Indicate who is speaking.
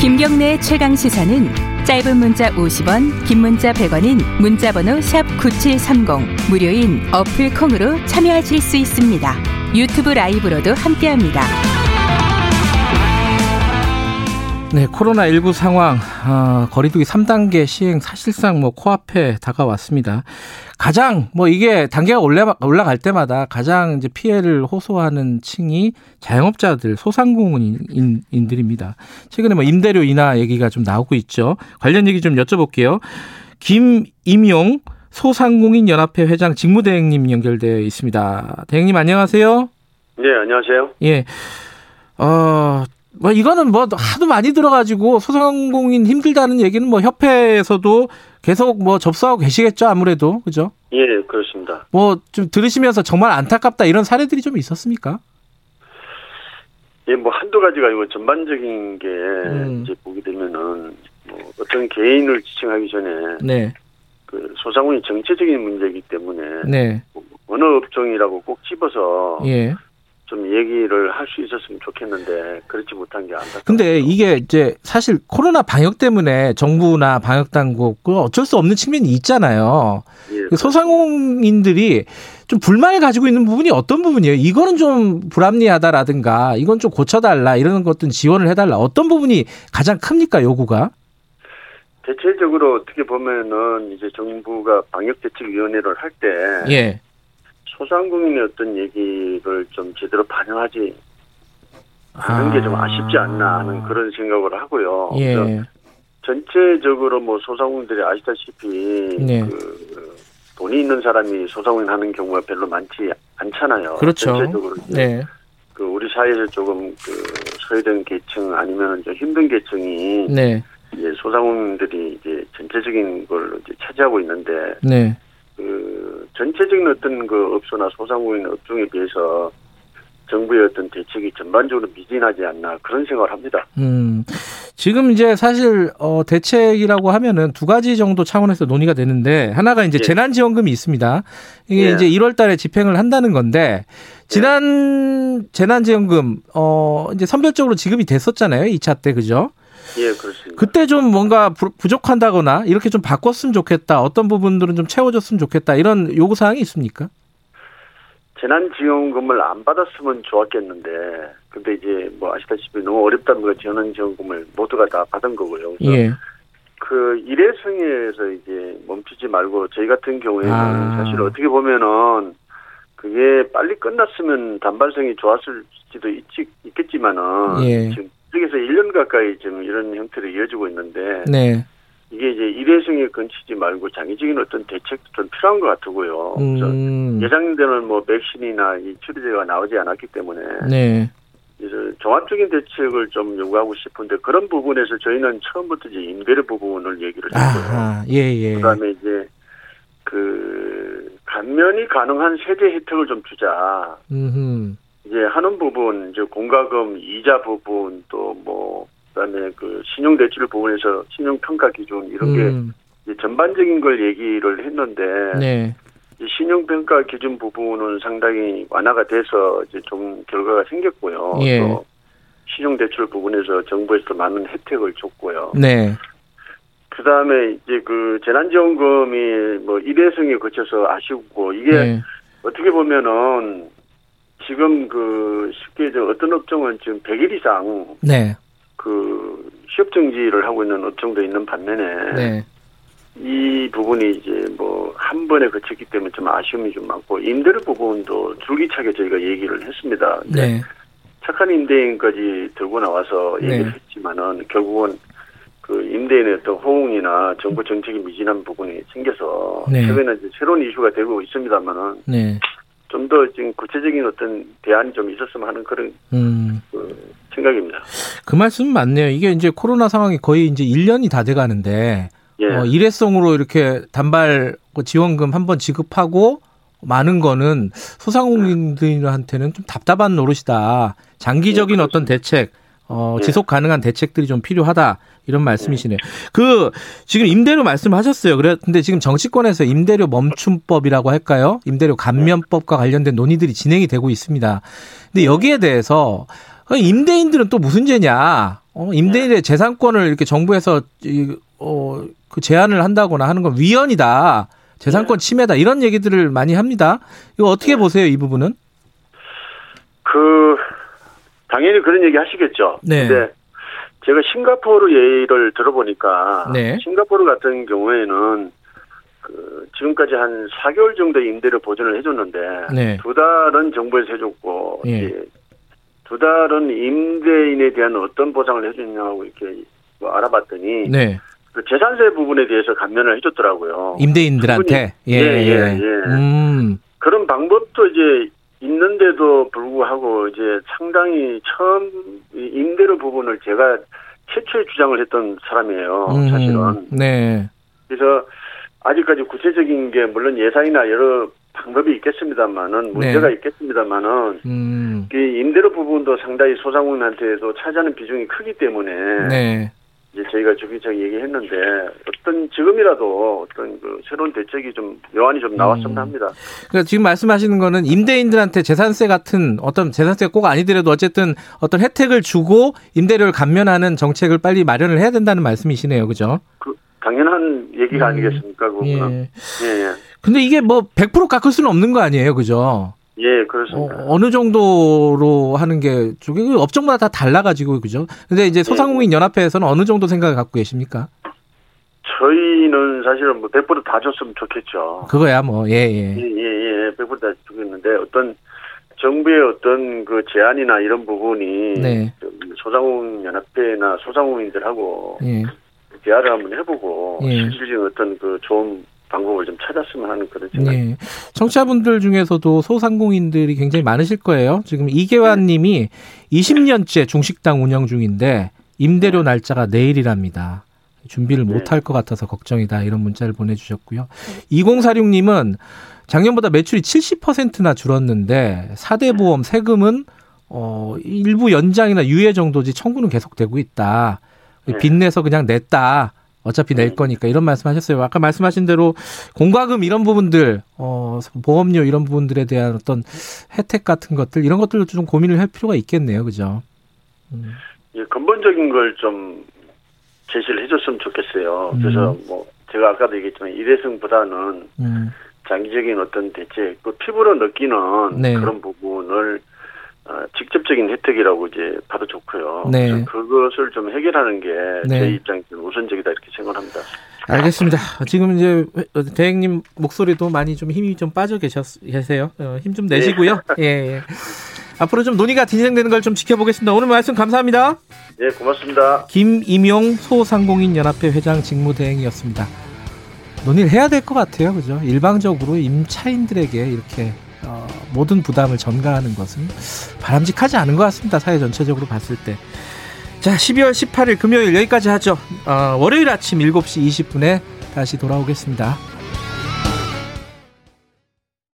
Speaker 1: 김경래의 최강 시사는 짧은 문자 50원, 긴 문자 100원인 문자번호 샵 #9730 무료인 어플 콩으로 참여하실 수 있습니다. 유튜브 라이브로도 함께합니다.
Speaker 2: 네, 코로나19 상황, 아, 거리두기 3단계 시행 사실상 뭐 코앞에 다가왔습니다. 가장, 뭐 이게 단계가 올라, 올라갈 때마다 가장 이제 피해를 호소하는 층이 자영업자들, 소상공인들입니다. 최근에 뭐 임대료 인하 얘기가 좀 나오고 있죠. 관련 얘기 좀 여쭤볼게요. 김임용 소상공인연합회 회장 직무대행님 연결되어 있습니다. 대행님 안녕하세요.
Speaker 3: 네, 안녕하세요.
Speaker 2: 예. 어, 뭐 이거는 뭐 하도 많이 들어가지고 소상공인 힘들다는 얘기는 뭐 협회에서도 계속 뭐 접수하고 계시겠죠 아무래도 그죠?
Speaker 3: 예, 그렇습니다.
Speaker 2: 뭐 좀 들으시면서 정말 안타깝다 이런 사례들이 좀 있었습니까?
Speaker 3: 예, 뭐 한두 가지가 아니고 전반적인 게
Speaker 2: 음.
Speaker 3: 이제 보게 되면은 뭐 어떤 개인을 지칭하기 전에
Speaker 2: 네,
Speaker 3: 그 소상공인 정체적인 문제이기 때문에
Speaker 2: 네,
Speaker 3: 어느 업종이라고 꼭 집어서
Speaker 2: 예.
Speaker 3: 좀 얘기를 할 수 있었으면 좋겠는데 그렇지 못한 게 안타깝다.
Speaker 2: 근데 이게 이제 사실 코로나 방역 때문에 정부나 방역 당국 그 어쩔 수 없는 측면이 있잖아요.
Speaker 3: 예,
Speaker 2: 그 소상공인들이 좀 불만을 가지고 있는 부분이 어떤 부분이에요? 이거는 좀 불합리하다라든가 이건 좀 고쳐달라 이런 것들 지원을 해달라 어떤 부분이 가장 큽니까 요구가?
Speaker 3: 대체적으로 어떻게 보면은 이제 정부가 방역대책위원회를 할 때
Speaker 2: 예.
Speaker 3: 소상공인의 어떤 얘기를 좀 제대로 반영하지 않은 게 좀 아쉽지 않나 하는 그런 생각을 하고요. 그래서
Speaker 2: 예.
Speaker 3: 전체적으로 뭐 소상공인들이 아시다시피
Speaker 2: 네.
Speaker 3: 그 돈이 있는 사람이 소상공인 하는 경우가 별로 많지 않잖아요.
Speaker 2: 그렇죠.
Speaker 3: 전체적으로
Speaker 2: 네.
Speaker 3: 그 우리 사회에서 조금 그 소외된 계층 아니면 좀 힘든 계층이
Speaker 2: 네.
Speaker 3: 이제 소상공인들이 이제 전체적인 걸 이제 차지하고 있는데
Speaker 2: 네.
Speaker 3: 그 전체적인 어떤 그 업소나 소상공인 업종에 비해서 정부의 어떤 대책이 전반적으로 미진하지 않나 그런 생각을 합니다.
Speaker 2: 음. 지금 이제 사실 어 대책이라고 하면은 두 가지 정도 차원에서 논의가 되는데 하나가 이제
Speaker 3: 예.
Speaker 2: 재난 지원금이 있습니다. 이게
Speaker 3: 예.
Speaker 2: 이제 1월 달에 집행을 한다는 건데 지난 재난 지원금 어 이제 선별적으로 지급이 됐었잖아요. 2차 때 그죠?
Speaker 3: 예, 그렇습니다.
Speaker 2: 그때 좀 뭔가 부- 부족한다거나 이렇게 좀 바꿨으면 좋겠다. 어떤 부분들은 좀 채워줬으면 좋겠다. 이런 요구 사항이 있습니까?
Speaker 3: 재난지원금을 안 받았으면 좋았겠는데, 근데 이제 뭐 아시다시피 너무 어렵다는 거 재난지원금을 모두가 다 받은 거고요. 그래서
Speaker 2: 예.
Speaker 3: 그 일회성에서 이제 멈추지 말고 저희 같은 경우에는
Speaker 2: 아.
Speaker 3: 사실 어떻게 보면은 그게 빨리 끝났으면 단발성이 좋았을지도 있지, 있겠지만은
Speaker 2: 예.
Speaker 3: 지금 쪽에서 1년 가까이 지금 이런 형태로 이어지고 있는데
Speaker 2: 네.
Speaker 3: 이게 이제 일회성에 건치지 말고 장기적인 어떤 대책도 좀 필요한 것 같고요. 그래서
Speaker 2: 음.
Speaker 3: 예상대로는 뭐 백신이나 이 치료제가 나오지 않았기 때문에
Speaker 2: 네.
Speaker 3: 이제 종합적인 대책을 좀 요구하고 싶은데 그런 부분에서 저희는 처음부터 이제 임대료 부분을 얘기를 했고요.
Speaker 2: 아, 예, 예.
Speaker 3: 그다음에 이제 그 감면이 가능한 세제 혜택을 좀 주자.
Speaker 2: 음.
Speaker 3: 이제 하는 부분 이제 공과금 이자 부분 또 뭐 그다음에 그 신용 대출 부분에서 신용 평가 기준 이런 게
Speaker 2: 음.
Speaker 3: 이제 전반적인 걸 얘기를 했는데
Speaker 2: 네.
Speaker 3: 이 신용평가 기준 부분은 상당히 완화가 돼서 이제 좀 결과가 생겼고요.
Speaker 2: 예.
Speaker 3: 또 신용대출 부분에서 정부에서 많은 혜택을 줬고요.
Speaker 2: 네.
Speaker 3: 그 다음에 이제 그 재난지원금이 뭐 일회성에 거쳐서 아쉽고 이게
Speaker 2: 네.
Speaker 3: 어떻게 보면은 지금 그 쉽게 이제 어떤 업종은 지금 100일 이상
Speaker 2: 네.
Speaker 3: 그 취업정지를 하고 있는 업종도 있는 반면에
Speaker 2: 네.
Speaker 3: 이 부분이 이제 뭐 한 번에 그쳤기 때문에 좀 아쉬움이 좀 많고 임대료 부분도 줄기차게 저희가 얘기를 했습니다.
Speaker 2: 네.
Speaker 3: 착한 임대인까지 들고 나와서 얘기를
Speaker 2: 네.
Speaker 3: 했지만은 결국은 그 임대인의 어떤 호응이나 정부 정책이 미진한 부분이 생겨서
Speaker 2: 네.
Speaker 3: 최근에 이제 새로운 이슈가 되고 있습니다만은
Speaker 2: 네.
Speaker 3: 좀 더 지금 구체적인 어떤 대안이 좀 있었으면 하는 그런
Speaker 2: 음.
Speaker 3: 생각입니다.
Speaker 2: 그 말씀 맞네요. 이게 이제 코로나 상황이 거의 이제 1년이 다 돼 가는데
Speaker 3: 예,
Speaker 2: 어, 일회성으로 이렇게 단발 그 지원금 한번 지급하고 많은 거는 소상공인들한테는 좀 답답한 노릇이다. 장기적인
Speaker 3: 네,
Speaker 2: 어떤 대책, 어,
Speaker 3: 네.
Speaker 2: 지속 가능한 대책들이 좀 필요하다. 이런 말씀이시네요. 그, 지금 임대료 말씀하셨어요. 그래, 근데 지금 정치권에서 임대료 멈춤법이라고 할까요? 임대료 감면법과 관련된 논의들이 진행이 되고 있습니다. 근데 여기에 대해서 임대인들은 또 무슨 죄냐? 어, 임대인의 재산권을 이렇게 정부에서 이, 어, 그 제한을 한다거나 하는 건 위헌이다. 재산권 침해다. 이런 얘기들을 많이 합니다. 이거 어떻게 보세요, 이 부분은?
Speaker 3: 그 당연히 그런 얘기 하시겠죠.
Speaker 2: 네.
Speaker 3: 근데 제가 싱가포르 예의를 들어보니까
Speaker 2: 네.
Speaker 3: 싱가포르 같은 경우에는 그 지금까지 한 4개월 정도 임대를 보전을 해줬는데
Speaker 2: 네.
Speaker 3: 두 달은 정부에서 해줬고
Speaker 2: 예.
Speaker 3: 이제 두 달은 임대인에 대한 어떤 보상을 해주냐고 이렇게 뭐 알아봤더니
Speaker 2: 네.
Speaker 3: 그 재산세 부분에 대해서 감면을 해줬더라고요.
Speaker 2: 임대인들한테.
Speaker 3: 충분히- 예, 예, 예.
Speaker 2: 음.
Speaker 3: 그런 방법도 이제 있는데도 불구하고 이제 상당히 처음 이 임대료 부분을 제가 최초에 주장을 했던 어, 사람이에요.
Speaker 2: 음.
Speaker 3: 사실은.
Speaker 2: 네.
Speaker 3: 그래서 아직까지 구체적인 게 물론 예산이나 여러 방법이 있겠습니다만은 문제가
Speaker 2: 네.
Speaker 3: 있겠습니다만은
Speaker 2: 음.
Speaker 3: 이 임대료 부분도 상당히 소상공인한테도 차지하는 비중이 크기 때문에
Speaker 2: 네.
Speaker 3: 이제 저희가 주기적 얘기했는데 어떤 지금이라도 어떤 그 새로운 대책이 좀 묘안이 좀 나왔으면
Speaker 2: 음.
Speaker 3: 합니다.
Speaker 2: 그러니까 지금 말씀하시는 거는 임대인들한테 재산세 같은 어떤 재산세가 꼭 아니더라도 어쨌든 어떤 혜택을 주고 임대료를 감면하는 정책을 빨리 마련을 해야 된다는 말씀이시네요. 그죠?
Speaker 3: 그 당연한 얘기가
Speaker 2: 음,
Speaker 3: 아니겠습니까? 그거는
Speaker 2: 예.
Speaker 3: 예. 예,
Speaker 2: 근데 이게 뭐 100% 깎을 수는 없는 거 아니에요. 그죠?
Speaker 3: 예, 그렇습니다.
Speaker 2: 어, 느 정도로 하는 게 저게 업종마다 다 달라 가지고 그죠? 근데
Speaker 3: 네.
Speaker 2: 이제 소상공인 연합회에서는 어느 정도 생각을 갖고 계십니까?
Speaker 3: 저희는 사실은 뭐 100%다 줬으면 좋겠죠.
Speaker 2: 그거야 뭐. 예,
Speaker 3: 예,
Speaker 2: 예.
Speaker 3: 예, 예. 100%다 주겠는데 어떤 정부의 어떤 그 제안이나 이런 부분이
Speaker 2: 네.
Speaker 3: 좀 소상공인 연합회나 소상공인들하고
Speaker 2: 예.
Speaker 3: 대화를 한번 해보고
Speaker 2: 예.
Speaker 3: 실질적인 어떤 그 좋은 방법을 좀 찾았으면 하는 그런 생각.
Speaker 2: 네. 청취자분들 중에서도 소상공인들이 굉장히 많으실 거예요. 지금 이계환
Speaker 3: 네.
Speaker 2: 님이 20년째 중식당 운영 중인데 임대료 날짜가 내일이랍니다. 준비를
Speaker 3: 네.
Speaker 2: 못할 것 같아서 걱정이다. 이런 문자를 보내주셨고요. 2046 님은 작년보다 매출이 70%나 줄었는데 사대 보험 세금은 어, 일부 연장이나 유예 정도지 청구는 계속되고 있다.
Speaker 3: 네.
Speaker 2: 빚내서 그냥 냈다. 어차피 낼
Speaker 3: 네.
Speaker 2: 거니까 이런 말씀하셨어요. 아까 말씀하신 대로 공과금 이런 부분들, 어, 보험료 이런 부분들에 대한 어떤 혜택 같은 것들 이런 것들도 좀 고민을 할 필요가 있겠네요, 그죠? 음,
Speaker 3: 예, 근본적인 걸 좀 제시를 해줬으면 좋겠어요.
Speaker 2: 음.
Speaker 3: 그래서 뭐 제가 아까도 얘기했지만 일회성보다는
Speaker 2: 음,
Speaker 3: 장기적인 어떤 대책, 그 피부로 느끼는
Speaker 2: 네.
Speaker 3: 그런 부분을 어, 직접적인 혜택이라고 이제 봐도 좋고요.
Speaker 2: 네.
Speaker 3: 그래서 그것을 좀 해결하는 게 제
Speaker 2: 네.
Speaker 3: 입장에서 우선적이다 이렇게 생각합니다.
Speaker 2: 알겠습니다. 지금 이제 대행님 목소리도 많이 좀 힘이 좀 빠져 계셨 계세요. 어, 힘 좀 내시고요. 예, 예. 앞으로 좀 논의가 진행되는 걸 좀 지켜보겠습니다. 오늘 말씀 감사합니다.
Speaker 3: 예, 고맙습니다.
Speaker 2: 김임용 소상공인연합회 회장 직무대행이었습니다. 논의를 해야 될 것 같아요. 그죠? 일방적으로 임차인들에게 이렇게 어, 모든 부담을 전가하는 것은 바람직하지 않은 것 같습니다. 사회 전체적으로 봤을 때. 자, 12월 18일 금요일 여기까지 하죠. 어, 월요일 아침 7시 20분에 다시 돌아오겠습니다.